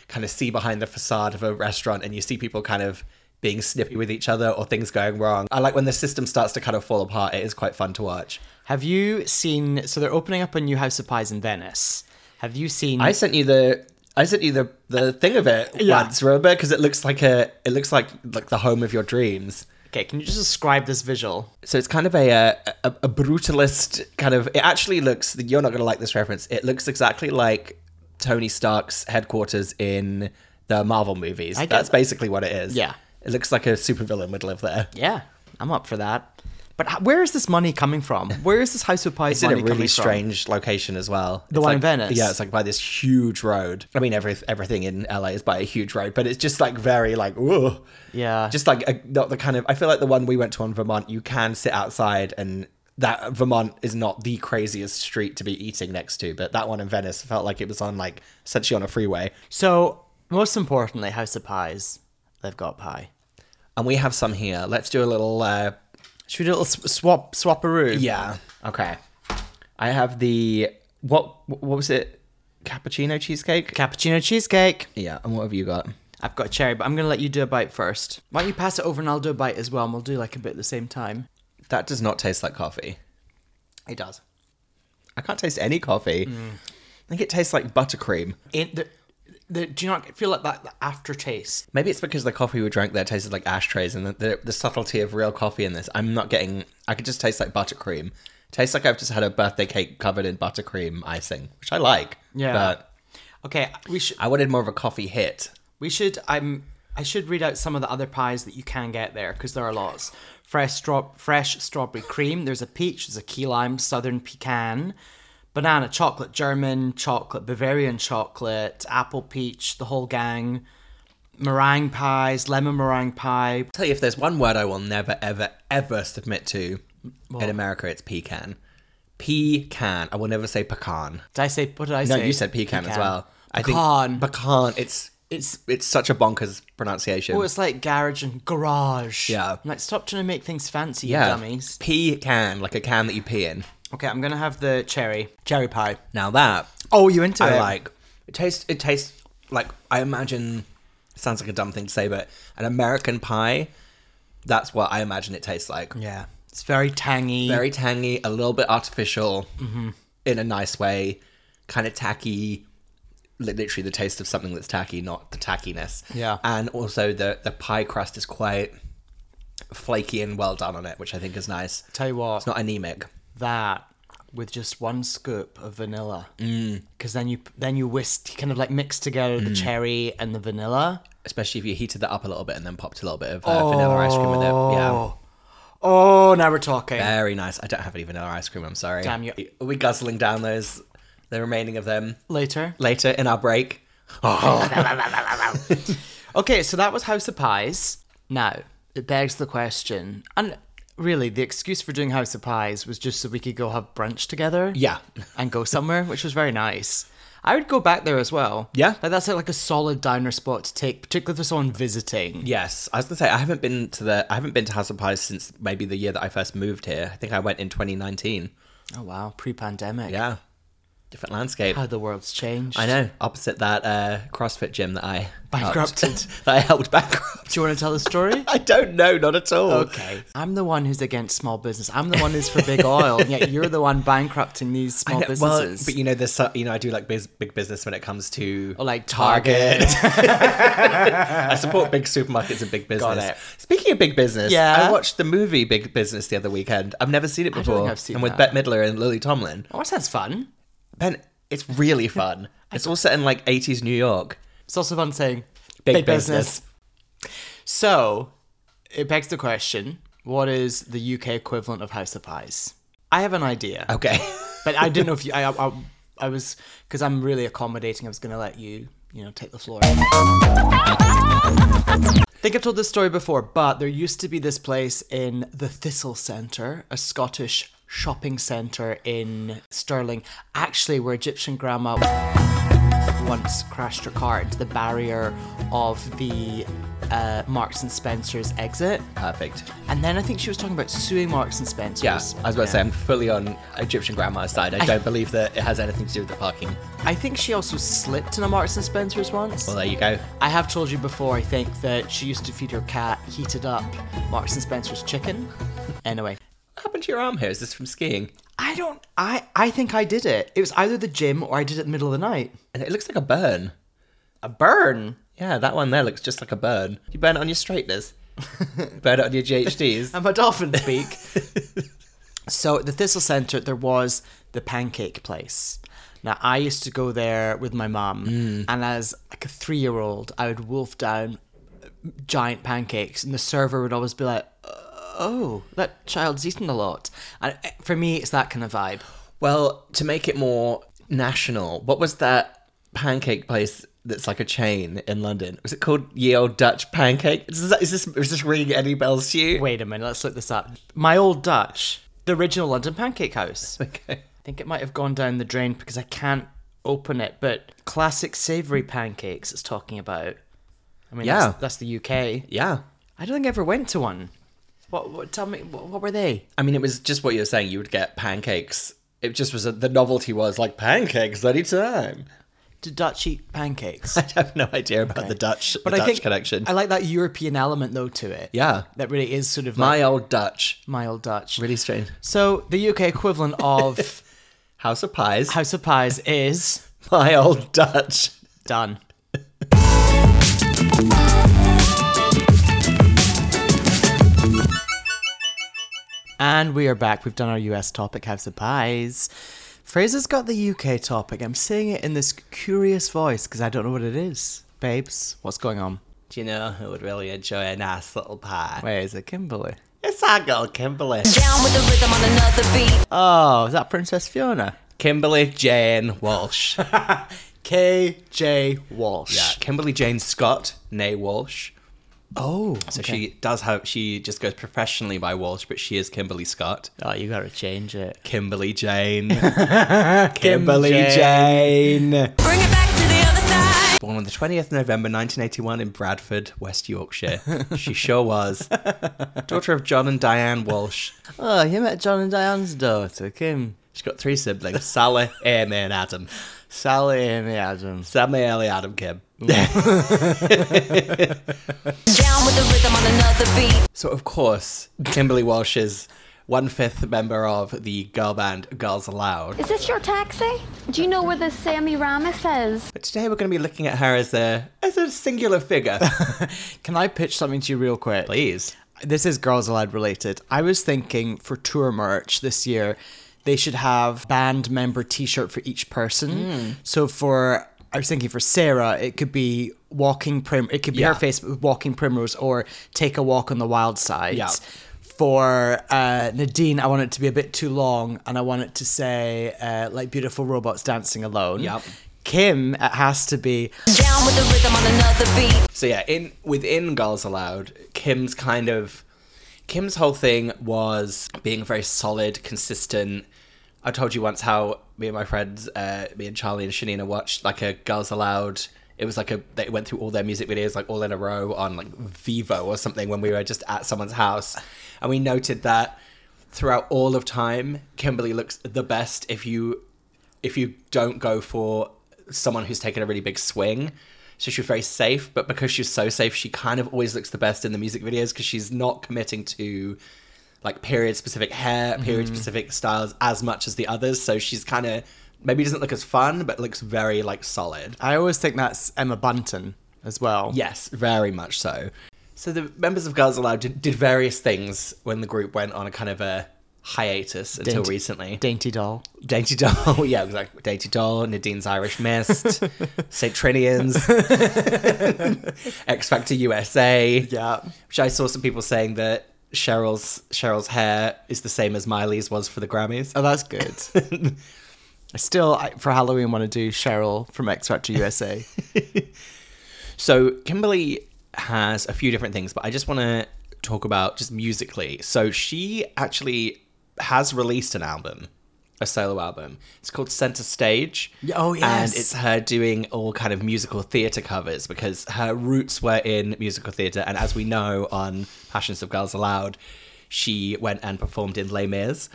Speaker 5: kind of see behind the facade of a restaurant and you see people kind of being snippy with each other or things going wrong. I like when the system starts to kind of fall apart. It is quite fun to watch.
Speaker 6: Have you seen so they're opening up a new house of pies in Venice? Have you seen
Speaker 5: I sent you the. I sent you the, the thing of it
Speaker 6: Yeah.
Speaker 5: once, remember? Because it looks like a it looks like like the home of your dreams.
Speaker 6: Okay, can you just describe this visual?
Speaker 5: So it's kind of a, uh, a a brutalist kind of. It actually looks. You're not going to like this reference. It looks exactly like Tony Stark's headquarters in the Marvel movies.
Speaker 6: get
Speaker 5: That's
Speaker 6: that.
Speaker 5: basically what it is.
Speaker 6: Yeah.
Speaker 5: It looks like a supervillain would live there.
Speaker 6: Yeah, I'm up for that. But h- where is this money coming from? Where is this house of pies
Speaker 5: It's in
Speaker 6: money
Speaker 5: a really
Speaker 6: coming from?
Speaker 5: strange location as well. The
Speaker 6: one in Venice?
Speaker 5: Yeah, it's like by this huge road. I mean, every, everything in LA is by a huge road, but it's just like very like, whoa.
Speaker 6: Yeah.
Speaker 5: Just like a, not the kind of. I feel like the one we went to on Vermont, you can sit outside and that Vermont is not the craziest street to be eating next to, but that one in Venice felt like it was on like essentially on a freeway.
Speaker 6: So, most importantly, House of Pies, they've got pie.
Speaker 5: And we have some here. Let's do a little. Uh,
Speaker 6: Should we do a little sw- swap swapperoo?
Speaker 5: yeah. Okay. I have the what? What was it? Cappuccino cheesecake.
Speaker 6: Cappuccino cheesecake.
Speaker 5: yeah. And what have you got?
Speaker 6: I've got cherry, but I'm gonna let you do a bite first. Why don't you pass it over and I'll do a bite as well, and we'll do like a bit at the same time.
Speaker 5: That does not taste like coffee.
Speaker 6: It does.
Speaker 5: I can't taste any coffee. I think it tastes like buttercream.
Speaker 6: Mm. It, the, the, do you not feel like that the aftertaste?
Speaker 5: Maybe it's because the coffee we drank there tasted like ashtrays and the, the, the subtlety of real coffee in this. I'm not getting. I could just taste like buttercream. Tastes like I've just had a birthday cake covered in buttercream icing, which I like.
Speaker 6: Yeah.
Speaker 5: But
Speaker 6: Okay, we should.
Speaker 5: I wanted more of a coffee hit.
Speaker 6: We should. I'm. I should read out some of the other pies that you can get there because there are lots. Fresh straw, fresh strawberry cream. There's a peach. There's a key lime. Southern pecan, banana chocolate, German chocolate, Bavarian chocolate, apple peach. The whole gang. Meringue pies, lemon meringue pie.
Speaker 5: tell you if there's one word I will never, ever, ever submit to in America, it's pecan. Pecan. I will never say pecan.
Speaker 6: Did I say? What did I
Speaker 5: No,
Speaker 6: say?
Speaker 5: you said pecan, as well. I think
Speaker 6: Pecan.
Speaker 5: pecan. It's
Speaker 6: It's.
Speaker 5: it's such a bonkers pronunciation.
Speaker 6: Oh, it's like garage and garage.
Speaker 5: Yeah.
Speaker 6: I'm like, stop trying to make things fancy,
Speaker 5: yeah,
Speaker 6: you dummies.
Speaker 5: pecan, like a can that you pee in.
Speaker 6: Okay, I'm gonna have the cherry cherry pie.
Speaker 5: Now that
Speaker 6: Oh, you into
Speaker 5: I
Speaker 6: it?
Speaker 5: like. It tastes. It tastes like I imagine. Sounds like a dumb thing to say, but an American pie. That's what I imagine it tastes like.
Speaker 6: Yeah, it's very tangy.
Speaker 5: Very tangy, a little bit artificial,
Speaker 6: Mm-hmm.
Speaker 5: in a nice way. Kind of tacky. li- Literally, the taste of something that's tacky, not the tackiness.
Speaker 6: Yeah.
Speaker 5: And also the the pie crust is quite flaky and well done on it, which I think is nice.
Speaker 6: Tell you what,
Speaker 5: It's not anemic.
Speaker 6: that with just one scoop of vanilla,
Speaker 5: Mm.
Speaker 6: because then you then you whisk kind of like mix together the cherry and the vanilla.
Speaker 5: especially if you heated that up a little bit and then popped a little bit of uh, vanilla ice cream with it. Yeah,
Speaker 6: Oh, now we're talking.
Speaker 5: very nice. I don't have any vanilla ice cream. I'm sorry.
Speaker 6: Damn you.
Speaker 5: Are we guzzling down those the remaining of them
Speaker 6: Later.
Speaker 5: later in our break.
Speaker 6: Okay, so that was House of Pies. Now, it begs the question, and really, the excuse for doing House of Pies was just so we could go have brunch together.
Speaker 5: Yeah.
Speaker 6: And go somewhere, which was very nice. I would go back there as well.
Speaker 5: Yeah.
Speaker 6: Like, that's like a solid downer spot to take, particularly for someone visiting.
Speaker 5: Yes, I was gonna say I haven't been to the I haven't been to House of Pies since maybe the year that I first moved here. I think I went in 2019.
Speaker 6: Oh, wow. Pre pandemic.
Speaker 5: Yeah, different landscape.
Speaker 6: How the world's changed.
Speaker 5: I know. Opposite that uh, CrossFit gym that I
Speaker 6: Bankrupted.
Speaker 5: that I helped bankrupt.
Speaker 6: Do you want to tell the story?
Speaker 5: I don't know, not at all.
Speaker 6: Okay. I'm the one who's against small business. I'm the one who's for big oil, and yet you're the one bankrupting these
Speaker 5: I
Speaker 6: small
Speaker 5: know- well,
Speaker 6: businesses.
Speaker 5: but you know, there's so- you know, I do like biz, big business when it comes to
Speaker 6: Or like Target.
Speaker 5: I support big supermarkets and big business.
Speaker 6: it.
Speaker 5: Speaking of big business,
Speaker 6: Yeah.
Speaker 5: I watched the movie Big Business the other weekend. I've never seen it
Speaker 6: don't
Speaker 5: before.
Speaker 6: think I've seen
Speaker 5: and with
Speaker 6: that.
Speaker 5: Bette Midler and Lily Tomlin.
Speaker 6: oh, that sounds fun.
Speaker 5: Ben, it's really fun. it's all set in like 80s New York.
Speaker 6: It's also fun saying
Speaker 5: Big
Speaker 6: big,
Speaker 5: business.
Speaker 6: business. So it begs the question what is the UK equivalent of House of Pies? I have an idea,
Speaker 5: Okay.
Speaker 6: but I didn't know if you. I, I, I was, because I'm really accommodating, I was going to let you, you know, take the floor. I think I've told this story before, but there used to be this place in the Thistle Centre, a Scottish shopping centre in Stirling, actually, where Egyptian grandma once crashed her car into the barrier of the uh, Marks and Spencer's exit.
Speaker 5: Perfect.
Speaker 6: And then I think she was talking about suing Marks and Spencer's.
Speaker 5: Yeah, I was about to say, I'm fully on Egyptian grandma's side. I don't believe that it has anything to do with the parking.
Speaker 6: I think she also slipped in a Marks and Spencer's once.
Speaker 5: Well, there you go.
Speaker 6: I have told you before, I think, that she used to feed her cat heated up Marks and Spencer's chicken. Anyway,
Speaker 5: What happened to your arm here? Is this from skiing?
Speaker 6: I don't. I, I think I did it. It was either the gym or I did it in the middle of the night.
Speaker 5: And it looks like a burn.
Speaker 6: A burn.
Speaker 5: Yeah, that one there looks just like a burn. You burn it on your straighteners. burn it on your GHDs.
Speaker 6: I'm a dolphin speak. so at the Thistle Centre, there was the pancake place. Now I used to go there with my mum, and as like a three-year-old, I would wolf down uh, giant pancakes, and the server would always be like, "Oh, that child's eaten a lot." And eh, for me, it's that kind of vibe.
Speaker 5: Well, to make it more national, what was that pancake place that's like a chain in London? Was it called Ye Old Dutch Pancake? Is, that, is this is this ringing any bells to you?
Speaker 6: Wait a minute, let's look this up. My old Dutch, the original London Pancake House.
Speaker 5: Okay.
Speaker 6: I think it might have gone down the drain because I can't open it. But classic savory pancakes, it's talking about. I mean,
Speaker 5: Yeah.
Speaker 6: that's, that's the UK. I
Speaker 5: Yeah.
Speaker 6: don't think I ever went to one. What? what tell me, what, what were they?
Speaker 5: I mean, it was just what you were saying. You would get pancakes. It just was a, the novelty was like pancakes any time.
Speaker 6: Did Dutch eat pancakes?
Speaker 5: I have no idea about the Dutch, the Dutch connection.
Speaker 6: I like that European element though to it.
Speaker 5: yeah,
Speaker 6: that really is sort of
Speaker 5: my
Speaker 6: like
Speaker 5: old Dutch.
Speaker 6: my old Dutch.
Speaker 5: Really strange.
Speaker 6: So the UK equivalent of
Speaker 5: House of Pies.
Speaker 6: House of Pies is
Speaker 5: my old Dutch.
Speaker 6: done. And we are back. We've done our US topic, House of Pies. Fraser's got the UK topic. I'm saying it in this curious voice because I don't know what it is. Babes, what's going on?
Speaker 5: Do you know who would really enjoy a nice little pie?
Speaker 6: Where is it, Kimberly?
Speaker 5: It's our girl Kimberly.
Speaker 10: Down with the rhythm on another beat.
Speaker 6: Oh, is that Princess Fiona?
Speaker 5: Kimberly Jane Walsh.
Speaker 6: KJ Walsh.
Speaker 5: yeah, Kimberly Jane Scott, nay Walsh.
Speaker 6: Oh,
Speaker 5: So she does have. She just goes professionally by Walsh, but she is Kimberly Scott.
Speaker 6: Oh, you gotta change it.
Speaker 5: Kimberly Jane.
Speaker 6: Kimberly
Speaker 5: Jane.
Speaker 10: Bring it back to the other side.
Speaker 5: Born on the 20th November 1981 in Bradford, West Yorkshire. She sure was. Daughter of John and Diane Walsh.
Speaker 6: Oh, you met John and Diane's daughter, Kim.
Speaker 5: She's got three siblings Sally, Amy, and Adam.
Speaker 6: Sally Amy Adams.
Speaker 5: Sammy, Ellie, Adam, Kim.
Speaker 10: Down with the rhythm on another beat.
Speaker 5: So, of course, Kimberly Walsh is one fifth member of the girl band Girls Aloud.
Speaker 11: Is this your taxi? Do you know where the Sammy Ramos is?
Speaker 5: But today we're going to be looking at her as a, as a singular figure.
Speaker 6: Can I pitch something to you real quick?
Speaker 5: Please.
Speaker 6: This is Girls Aloud related. I was thinking for tour merch this year, they should have band member t shirt for each person. So for, I was thinking for Sarah, it could be Walking Prim, it could be
Speaker 5: Yeah.
Speaker 6: her face, Walking Primrose, or Take a Walk on the Wild Side.
Speaker 5: Yeah.
Speaker 6: for uh, Nadine, I want it to be a bit too long, and I want it to say uh, like "Beautiful Robots Dancing Alone."
Speaker 5: Yep.
Speaker 6: Kim, it has to be.
Speaker 10: Down with the rhythm on another beat.
Speaker 5: So yeah, in within Girls Aloud, Kim's kind of Kim's whole thing was being very solid, consistent. I told you once how me and my friends, uh, me and Charlie and Shanina watched like a Girls Aloud. It was like a they went through all their music videos like all in a row on like Vivo or something when we were just at someone's house, and we noted that throughout all of time, Kimberly looks the best if you if you don't go for someone who's taken a really big swing. So she's very safe, but because she's so safe, she kind of always looks the best in the music videos because she's not committing to like period specific hair, period specific styles as much as the others. So she's kind of maybe doesn't look as fun, but looks very like solid.
Speaker 6: I always think that's Emma Bunton as well.
Speaker 5: Yes, very much so. So the members of Girls Aloud did, did various things when the group went on a kind of a hiatus until
Speaker 6: Dainty-
Speaker 5: recently.
Speaker 6: Dainty doll.
Speaker 5: Dainty Doll, yeah, exactly. Dainty Doll, Nadine's Irish Mist, St. Trinian's, X Factor USA.
Speaker 6: Yeah.
Speaker 5: Which I saw some people saying that Cheryl's Cheryl's hair is the same as Miley's was for the Grammys.
Speaker 6: Oh, that's good. I still, I, for Halloween, want to do Cheryl from X Factor USA.
Speaker 5: So Kimberly has a few different things, but I just want to talk about just musically. So she actually has released an album, a solo album. It's called Center Stage.
Speaker 6: Yeah, oh, yes.
Speaker 5: And it's her doing all kind of musical theatre covers because her roots were in musical theatre, and as we know on Passions of Girls Aloud, she went and performed in Les Mis.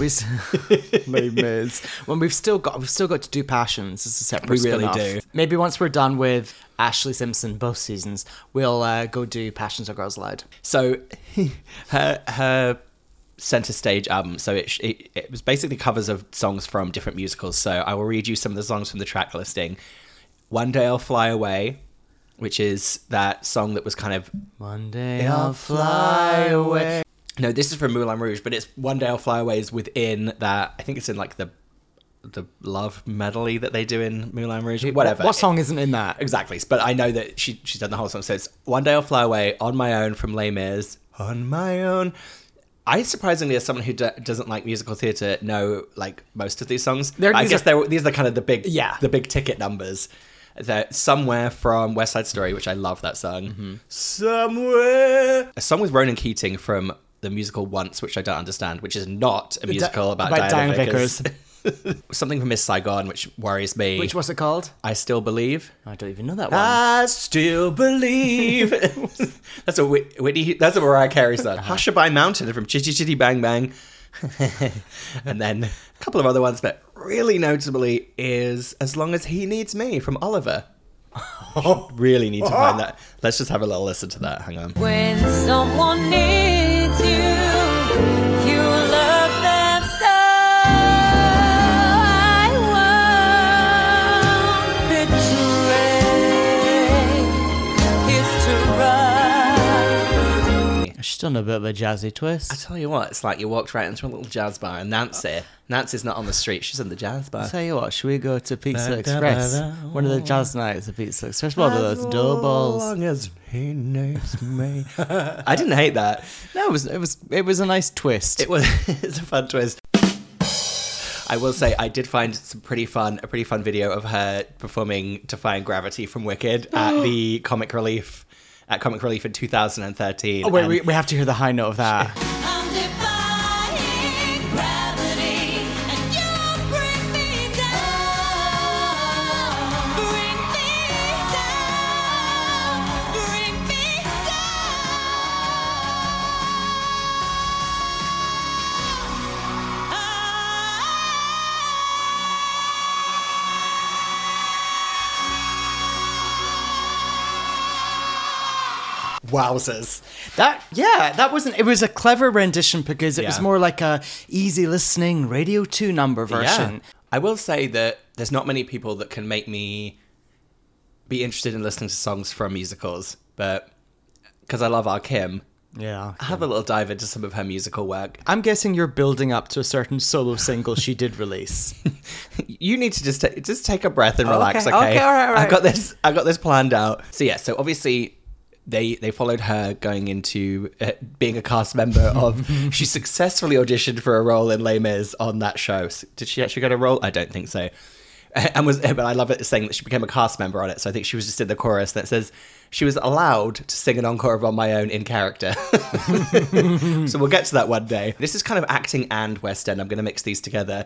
Speaker 6: We, s- Les Mis. When we've still got, we've still got to do Passions as a separate.
Speaker 5: We really
Speaker 6: spin-off.
Speaker 5: do.
Speaker 6: Maybe once we're done with Ashley Simpson both seasons, we'll uh, go do Passions of Girls Aloud.
Speaker 5: So her her center stage album. So it, it it was basically covers of songs from different musicals. So I will read you some of the songs from the track listing. One day I'll fly away, which is that song that was kind of
Speaker 6: One day I'll fly away.
Speaker 5: no, this is from Moulin Rouge, but it's One Day I'll Fly Away is within that. I think it's in like the the love medley that they do in Moulin Rouge. Whatever.
Speaker 6: What song isn't in that?
Speaker 5: Exactly. But I know that she she's done the whole song. So it's One Day I'll Fly Away, On My Own from Les Mis, On My Own. I surprisingly, as someone who d- doesn't like musical theatre, know like most of these songs.
Speaker 6: They're-
Speaker 5: I
Speaker 6: these
Speaker 5: guess
Speaker 6: are-
Speaker 5: they're, these are kind of the big
Speaker 6: Yeah.
Speaker 5: the big ticket numbers. That somewhere from West Side Story, which I love that song.
Speaker 6: Mm-hmm.
Speaker 5: Somewhere, a song with Ronan Keating from the musical Once, which I don't understand, which is not a musical about,
Speaker 6: about
Speaker 5: Diana,
Speaker 6: Diana
Speaker 5: Vickers. Something from Miss Saigon, which worries me.
Speaker 6: Which what's it called?
Speaker 5: I still believe.
Speaker 6: I don't even know that one.
Speaker 5: I still believe. that's a Whit- Whitney. That's a Mariah Carey song. Hushabye Mountain from Chitty Chitty Bang Bang, and then a couple of other ones, but really notably is As Long as He Needs Me from Oliver. really need to find that. Let's just have a little listen to that. Hang on.
Speaker 10: When someone needs you, you love them so I won't betray his trust.
Speaker 6: She's done a bit of a jazzy twist.
Speaker 5: Tell you what, it's like you walked right into a little jazz bar, and Nancy, Nancy's not on the street; she's in the jazz bar.
Speaker 6: Tell you what, should we go to Pizza
Speaker 5: Ba- da-
Speaker 6: Express?
Speaker 5: ba- da-
Speaker 6: One of the jazz nights at Pizza Express. One of those dough balls.
Speaker 5: as he needs me. I didn't hate that.
Speaker 6: No, it was it was it was a nice twist.
Speaker 5: It was it's a fun twist. I will say I did find some pretty fun a pretty fun video of her performing Defying Gravity from Wicked at the Comic Relief at Comic Relief in 2013.
Speaker 6: oh wait,
Speaker 5: and
Speaker 6: we, we have to hear the high note of that.
Speaker 10: I'm defying gravity, and you bring me down. Bring me down. Bring me down.
Speaker 5: wowzers.
Speaker 6: That yeah, that wasn't. It was a clever rendition because it was
Speaker 5: Yeah.
Speaker 6: more like a easy listening Radio Two number version.
Speaker 5: Yeah. I will say that there's not many people that can make me be interested in listening to songs from musicals, but because I love our Kim,
Speaker 6: Yeah.
Speaker 5: I have a little dive into some of her musical work.
Speaker 6: I'm guessing you're building up to a certain solo single she did release.
Speaker 5: you need to just ta- just take a breath and relax.
Speaker 6: okay.
Speaker 5: Okay,
Speaker 6: Okay, all right, all
Speaker 5: I
Speaker 6: right.
Speaker 5: got this. I got this planned out. So yeah. So obviously, they they followed her going into uh, being a cast member of. she successfully auditioned for a role in Les Mis on that show. S- Did she actually get a role? I don't think so. And was but I love it saying that she became a cast member on it. So I think she was just in the chorus that says she was allowed to sing an encore of On My Own in character. so we'll get to that one day. Mm. This is kind of acting and West End. I'm going to mix these together.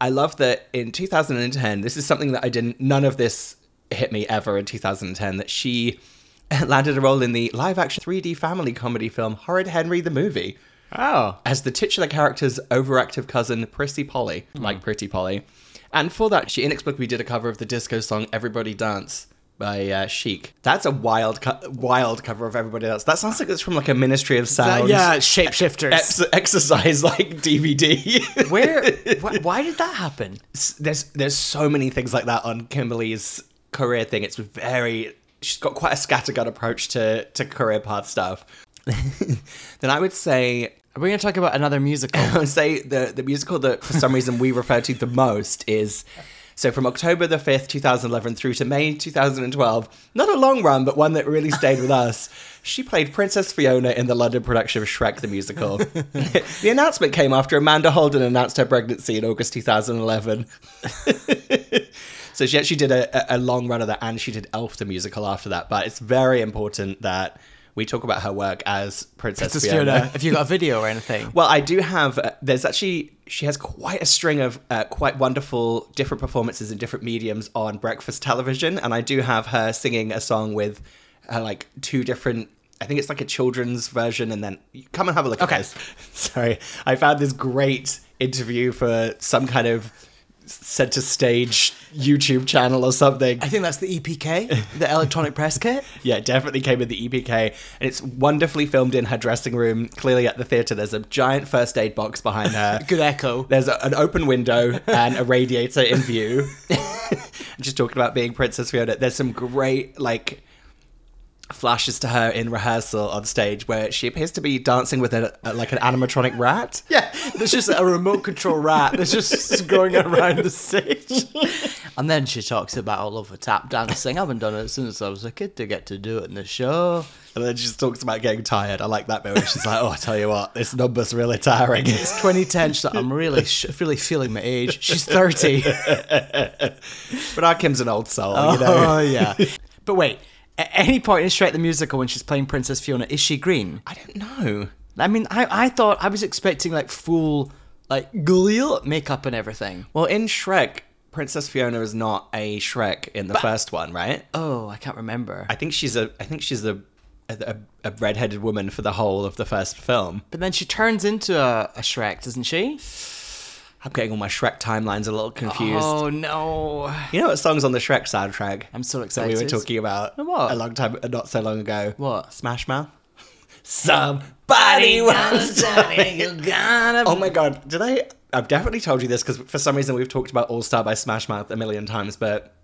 Speaker 5: I love that in 2010, this is something that I didn't, none of this hit me ever in 2010, that she landed a role in the live action 3D family comedy film Horrid Henry the Movie
Speaker 6: Oh.
Speaker 5: as the titular character's overactive cousin, Pretty Polly, like Pretty Polly. And for that, she inexplicably did a cover of the disco song Everybody Dance by uh, Chic. That's a wild, co- wild cover of Everybody Dance. That sounds like it's from like a Ministry of Sound.
Speaker 6: yeah, shapeshifters.
Speaker 5: ex- exercise like DVD.
Speaker 6: Where? wh- why did that happen?
Speaker 5: there's there's so many things like that on Kimberly's career thing. It's very she's got quite a scattergun approach to to career path stuff. then I would say
Speaker 6: Are we going to talk about another musical?
Speaker 5: I would say the the musical that for some reason we refer to the most is so from October the 5th, 2011 through to May 2012, not a long run, but one that really stayed with us. She played Princess Fiona in the London production of Shrek the Musical. the announcement came after Amanda Holden announced her pregnancy in August 2011. so she actually did a, a a long run of that and she did Elf the Musical after that. But it's very important that we talk about her work as Princess,
Speaker 6: Just
Speaker 5: Fiona.
Speaker 6: Fiona, if you got a video or anything.
Speaker 5: Well, I do have. Uh, there's actually she has quite a string of uh, quite wonderful different performances in different mediums on breakfast television, and I do have her singing a song with uh, like two different. I think it's like a children's version, and then come and have a look.
Speaker 6: Okay.
Speaker 5: at this. sorry, I found this great interview for some kind of center stage YouTube channel or something.
Speaker 6: I think that's the EPK, the electronic press kit.
Speaker 5: Yeah, it definitely came with the EPK. And it's wonderfully filmed in her dressing room. Clearly at the theatre, there's a giant first aid box behind her.
Speaker 6: Good echo.
Speaker 5: There's a, an open window and a radiator in view. Just talking about being Princess Fiona. There's some great, like, flashes to her in rehearsal on stage where she appears to be dancing with a, a- like an animatronic rat.
Speaker 6: Yeah, there's just a remote control rat that's just going around the stage. And then she talks about all of her tap dancing. I haven't done it since I was a kid to get to do it in the show.
Speaker 5: And then she just talks about getting tired. I like that bit where she's like, oh, I tell you what, this number's really tiring.
Speaker 6: It's 2010, so I'm really, sh- really feeling my age. She's 30.
Speaker 5: but our Kim's an old soul, you know.
Speaker 6: Oh, yeah. But wait, at any point in Shrek the Musical when she's playing Princess Fiona, is she green?
Speaker 5: I don't know.
Speaker 6: I mean, I, I thought, I was expecting like full, like, glial makeup and everything.
Speaker 5: Well, in Shrek, Princess Fiona is not a Shrek in the first one, right?
Speaker 6: Oh, I can't remember.
Speaker 5: I think she's a I think she's a a, a redheaded woman for the whole of the first film.
Speaker 6: But then she turns into a, a Shrek, doesn't she?
Speaker 5: I'm getting all my Shrek timelines a little confused.
Speaker 6: Oh no!
Speaker 5: You know what songs on the Shrek soundtrack?
Speaker 6: I'm so
Speaker 5: That we were
Speaker 6: excited.
Speaker 5: talking about
Speaker 6: What?
Speaker 5: a long time, not so long ago.
Speaker 6: What?
Speaker 5: Smash Mouth. Somebody once.
Speaker 6: Um,
Speaker 5: Oh my god! Did I? I've definitely told you this because for some reason we've talked about All Star by Smash Mouth a million times, but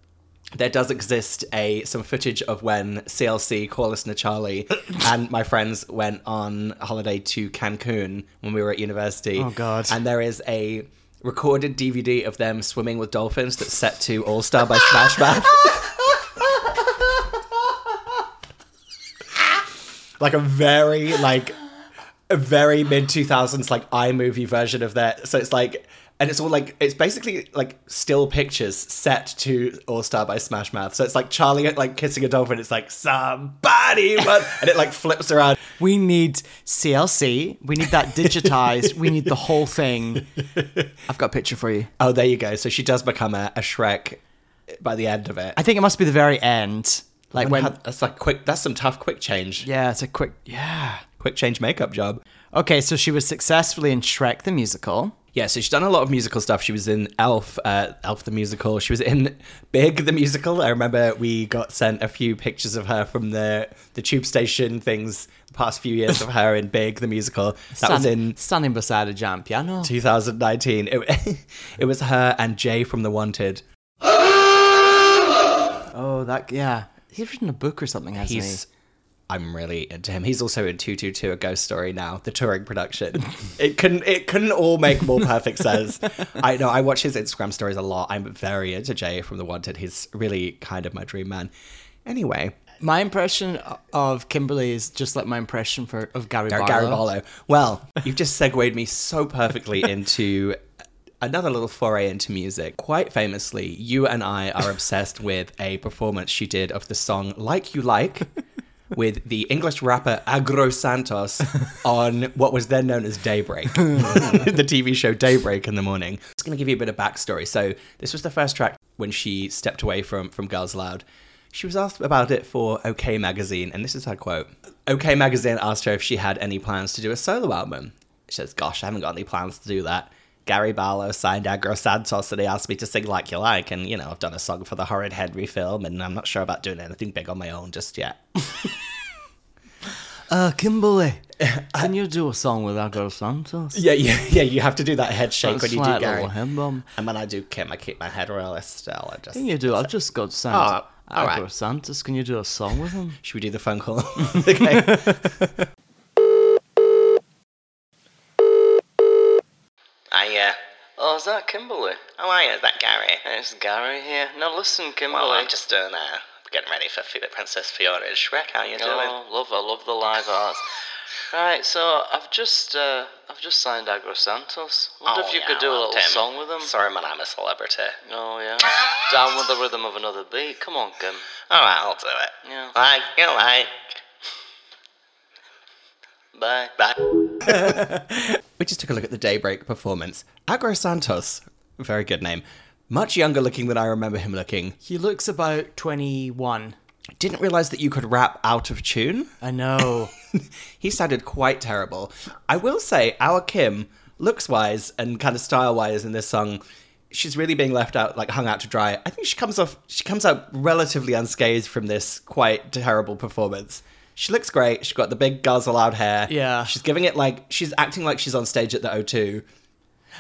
Speaker 5: there does exist a some footage of when CLC, Call Us Charlie, and my friends went on holiday to Cancun when we were at university.
Speaker 6: Oh, God.
Speaker 5: And there is a recorded DVD of them swimming with dolphins that's set to All Star by Smash Mouth. like a very like a very mid 2000s like iMovie version of that. So it's like and it's all like it's basically like still pictures set to All Star by Smash Mouth. So it's like Charlie like kissing a dolphin. It's like somebody, must-" and it like flips around.
Speaker 6: We need CLC. We need that digitized. we need the whole thing. I've got a picture for you.
Speaker 5: Oh, there you go. So she does become a, a Shrek by the end of it.
Speaker 6: I think it must be the very end, like when.
Speaker 5: that's like quick. That's some tough quick change.
Speaker 6: yeah, it's a quick. Yeah.
Speaker 5: Quick change makeup job.
Speaker 6: Okay, so she was successfully in Shrek the musical.
Speaker 5: Yeah, so she's done a lot of musical stuff. She was in Elf, uh, Elf the musical. She was in Big the musical. I remember we got sent a few pictures of her from the the tube station things. The past few years of her in Big the musical. That was
Speaker 6: Stand-
Speaker 5: in
Speaker 6: standing beside a giant piano.
Speaker 5: 2019. It, it was her and Jay from The Wanted.
Speaker 6: Oh, that yeah. He's written a book or something, hasn't
Speaker 5: He's I'm really into him. He's also in 222 A Ghost Story now, the touring production. it couldn't it couldn't all make more perfect sense. I know I watch his Instagram stories a lot. I'm very into Jay from The Wanted. He's really kind of my dream man. Anyway,
Speaker 6: he? My impression of Kimberly is just like my impression for of Gary
Speaker 5: Gar-
Speaker 6: Barlow.
Speaker 5: Gary Barlow. Well, you've just segued me so perfectly into another little foray into music. Quite famously, you and I are obsessed with a performance she did of the song Like You Like with the English rapper Agro Santos on what was then known as Daybreak, the TV show Daybreak in the morning. It's going to give you a bit of backstory. So, this was the first track when she stepped away from, from Girls Loud. She was asked about it for OK Magazine, and this is her quote OK Magazine asked her if she had any plans to do a solo album. She says, Gosh, I haven't got any plans to do that. Gary Barlow signed Agro Santos and he asked me to sing Like You Like, and you know, I've done a song for the Horrid Henry film, and I'm not sure about doing anything big on my own just yet.
Speaker 6: Uh, Kimberly, can you do a song with Agro Santos?
Speaker 5: Yeah, yeah, yeah. You have to do that head shake
Speaker 6: That's
Speaker 5: when you do
Speaker 6: like
Speaker 5: Gary.
Speaker 6: little him bum.
Speaker 5: And when I do Kim, I keep my head real still. I just.
Speaker 6: Can you do? I've just
Speaker 12: Ah,
Speaker 6: got Santos.
Speaker 5: Oh, all right.
Speaker 6: Agro Santos, can you do a song with him?
Speaker 5: Should we do the phone call? okay.
Speaker 12: I, uh, oh, is that Kimberly? How are you? Is that Gary? It's Gary here. Now listen, Kimberly.
Speaker 5: I'm just doing that. Getting ready for Fi- Princess Fiona and Shrek. How you doing?
Speaker 12: Oh, love, I love the live arts. right, so I've just, uh, I've just signed Agro Santos. Wonder
Speaker 5: Oh,
Speaker 12: if you
Speaker 5: yeah,
Speaker 12: could do
Speaker 5: I
Speaker 12: a
Speaker 5: loved
Speaker 12: little
Speaker 5: him.
Speaker 12: song with him.
Speaker 5: Sorry, man, I'm a celebrity.
Speaker 12: Oh yeah. Down with the rhythm of another beat. Come on, Kim.
Speaker 5: All right, Oh, I'll do it.
Speaker 12: Yeah.
Speaker 5: Like you like.
Speaker 12: Bye.
Speaker 5: We just took a look at the Daybreak performance. Agro Santos, very good name. Much younger looking than I remember him looking.
Speaker 6: He looks about twenty-one.
Speaker 5: Didn't realize that you could rap out of tune.
Speaker 6: I know.
Speaker 5: he sounded quite terrible. I will say, our Kim, looks wise and kind of style wise in this song, she's really being left out, like hung out to dry. I think she comes off, she comes out relatively unscathed from this quite terrible performance. She looks great. She's got the big girls allowed hair.
Speaker 6: Yeah.
Speaker 5: She's giving it like, she's acting like she's on stage at the O2.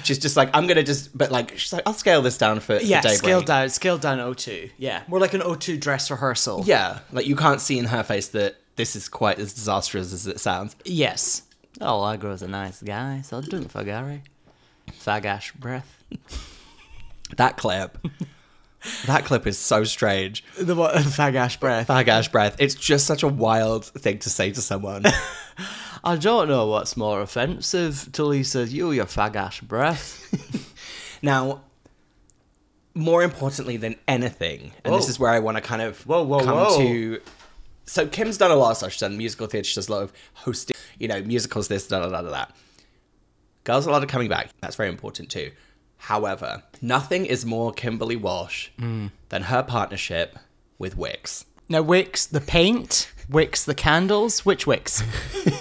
Speaker 5: She's just like, I'm going to just, but like, she's like, I'll scale this down for, for
Speaker 6: yeah,
Speaker 5: Daybreak.
Speaker 6: scale down, scale down O2. Yeah, more like an O2 dress rehearsal.
Speaker 5: Yeah. Like, you can't see in her face that this is quite as disastrous as it sounds.
Speaker 6: Yes. Oh, Agro's a nice guy, so I'll do it for Gary. Fagash breath.
Speaker 5: That clip. that clip is so strange.
Speaker 6: The what? Fagash breath.
Speaker 5: Bagash breath. It's just such a wild thing to say to someone.
Speaker 6: I don't know what's more offensive. Tully says, "You, your fagash breath."
Speaker 5: now, more importantly than anything, and this
Speaker 6: Whoa.
Speaker 5: is where I want to kind of
Speaker 6: Whoa, whoa,
Speaker 5: come
Speaker 6: whoa.
Speaker 5: to. So Kim's done a lot of stuff. She's done musical theatre. She does a lot of hosting. You know, musicals. This, da da da da. da. Girls, a lot of coming back. That's very important too. However, nothing is more Kimberly Walsh
Speaker 6: Mm.
Speaker 5: than her partnership with Wix.
Speaker 6: now, Wicks the paint, Wicks the candles. Which Wicks?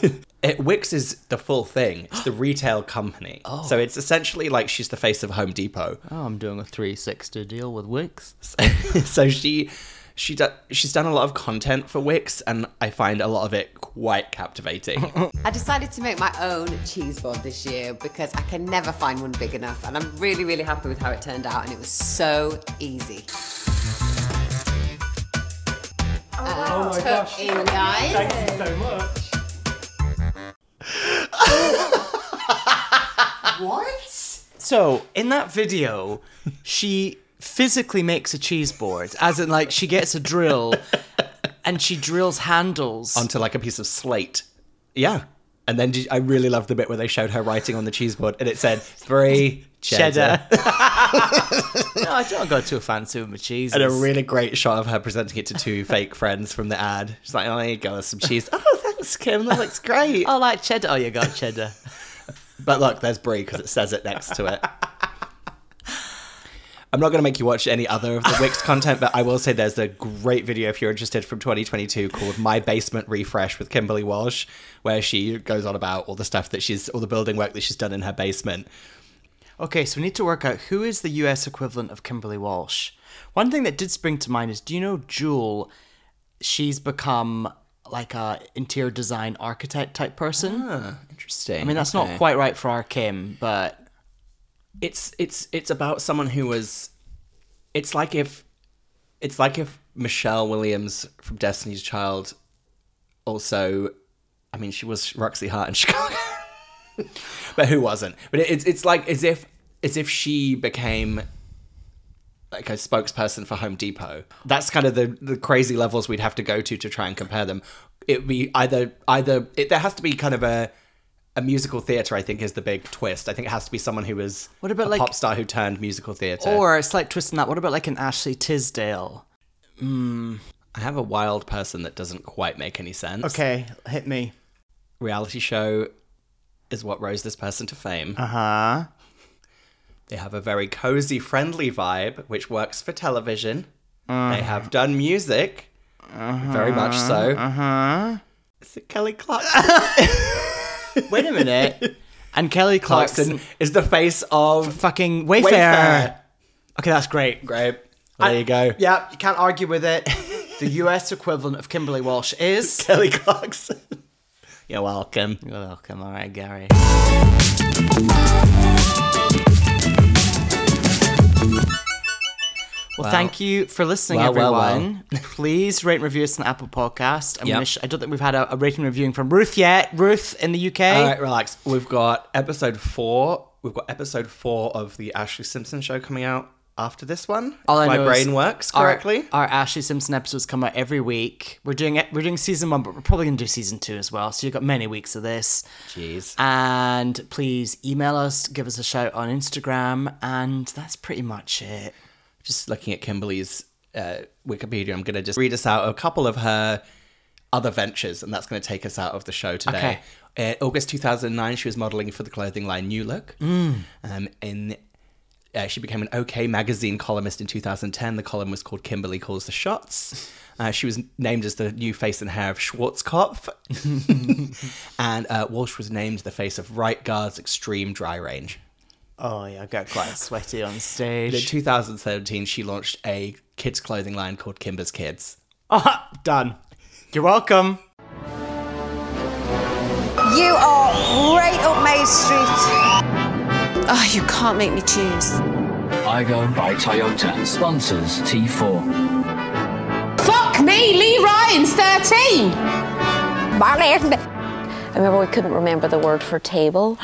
Speaker 5: It, Wix is the full thing. It's the retail company. Oh. So it's essentially like she's the face of Home Depot.
Speaker 6: Oh, I'm doing a 360 deal with Wicks.
Speaker 5: so she she do, she's done a lot of content for Wix and I find a lot of it quite captivating.
Speaker 13: I decided to make my own cheese board this year because I can never find one big enough, and I'm really, really happy with how it turned out, and it was so easy. Oh,
Speaker 10: wow.
Speaker 13: my gosh. Uh, In guys. Thank you so much.
Speaker 6: What? So in that video, she physically makes a cheese board, as in like she gets a drill and she drills handles.
Speaker 5: onto like a piece of slate. Yeah. And then did- I really loved the bit where they showed her writing on the cheese board and it said three cheddar.
Speaker 6: Cheddar. no, I don't go too fancy with my cheese.
Speaker 5: And a really great shot of her presenting it to two fake friends from the ad. She's like, oh, there you go, there's some cheese. Oh, thanks, Kim. That looks great.
Speaker 6: I like cheddar. Oh, you got cheddar.
Speaker 5: But look, there's Brie because it says it next to it. I'm not going to make you watch any other of the Wix content, but I will say there's a great video if you're interested from 2022 called My Basement Refresh with Kimberly Walsh, where she goes on about all the stuff that she's, all the building work that she's done in her basement.
Speaker 6: Okay, so we need to work out who is the US equivalent of Kimberly Walsh. One thing that did spring to mind is do you know Jewel? She's become like a interior design architect type person.
Speaker 5: Interesting.
Speaker 6: I mean, that's not quite right for our Kim, but
Speaker 5: It's it's it's about someone who was. It's like if, it's like if Michelle Williams from Destiny's Child, also, I mean, she was Roxy Hart in Chicago, but who wasn't? But it, it's it's like as if as if she became like a spokesperson for Home Depot. That's kind of the, the crazy levels we'd have to go to to try and compare them. It would be either either it, there has to be kind of a a musical theater. I think is the big twist. I think it has to be someone who was
Speaker 6: What about
Speaker 5: a
Speaker 6: like-
Speaker 5: pop star who turned musical theater.
Speaker 6: Or a slight twist in that. What about like an Ashley Tisdale?
Speaker 5: Mm, I have a wild person that doesn't quite make any sense.
Speaker 6: Okay, hit me.
Speaker 5: reality show is what rose this person to fame.
Speaker 6: Uh huh.
Speaker 5: They have a very cozy, friendly vibe, which works for television.
Speaker 6: Uh-huh.
Speaker 5: They have done music, very much so.
Speaker 6: Uh huh.
Speaker 5: Is it Kelly Clarkson?
Speaker 6: Wait a minute. And Kelly Clarkson,
Speaker 5: Clarkson is the face of
Speaker 6: fucking Wayfair.
Speaker 5: Wayfair.
Speaker 6: Okay, that's great.
Speaker 5: Great. There you go.
Speaker 6: Yeah, you can't argue with it. the US equivalent of Kimberly Walsh is
Speaker 5: Kelly Clarkson. You're welcome.
Speaker 6: You're welcome. All right, Gary. Well,
Speaker 5: Well-
Speaker 6: thank you for listening,
Speaker 5: Well, well,
Speaker 6: everyone.
Speaker 5: well.
Speaker 6: Please rate and review us on Apple Podcast. I'm
Speaker 5: Yep.
Speaker 6: gonna sh- I don't think we've had a, a rating reviewing from Ruth yet. Ruth in the UK.
Speaker 5: All right, relax. We've got episode four. We've got episode four of the Ashley Simpson show coming out after this one.
Speaker 6: All I
Speaker 5: My
Speaker 6: know
Speaker 5: brain
Speaker 6: is
Speaker 5: works
Speaker 6: our-
Speaker 5: correctly.
Speaker 6: Our, Ashley Simpson episodes come out every week. We're doing it. We're doing season one, but we're probably gonna do season two as well. So you've got many weeks of this.
Speaker 5: Jeez.
Speaker 6: And please email us, give us a shout on Instagram, and that's pretty much it.
Speaker 5: just looking at Kimberly's uh, Wikipedia, I'm going to just read us out a couple of her other ventures, and that's going to take us out of the show today. Uh, August 2009, she was modeling for the clothing line New Look. Um, in uh, she became an OK magazine columnist in 2010. The column was called Kimberly Calls the Shots. Uh, she was named as the new face and hair of Schwarzkopf. and uh, Walsh was named the face of Right Guard's Extreme Dry Range.
Speaker 6: Oh yeah, I got quite sweaty on
Speaker 5: In
Speaker 6: stage.
Speaker 5: 2017, she launched a kids' clothing line called Kimber's Kids.
Speaker 6: Ah, done. You're welcome.
Speaker 1: You are Oh, right up my street.
Speaker 2: Oh, you can't make me choose.
Speaker 3: I go by Toyota sponsors T4.
Speaker 4: Fuck me, Lee Ryan's 13.
Speaker 2: I remember we couldn't remember the word for table.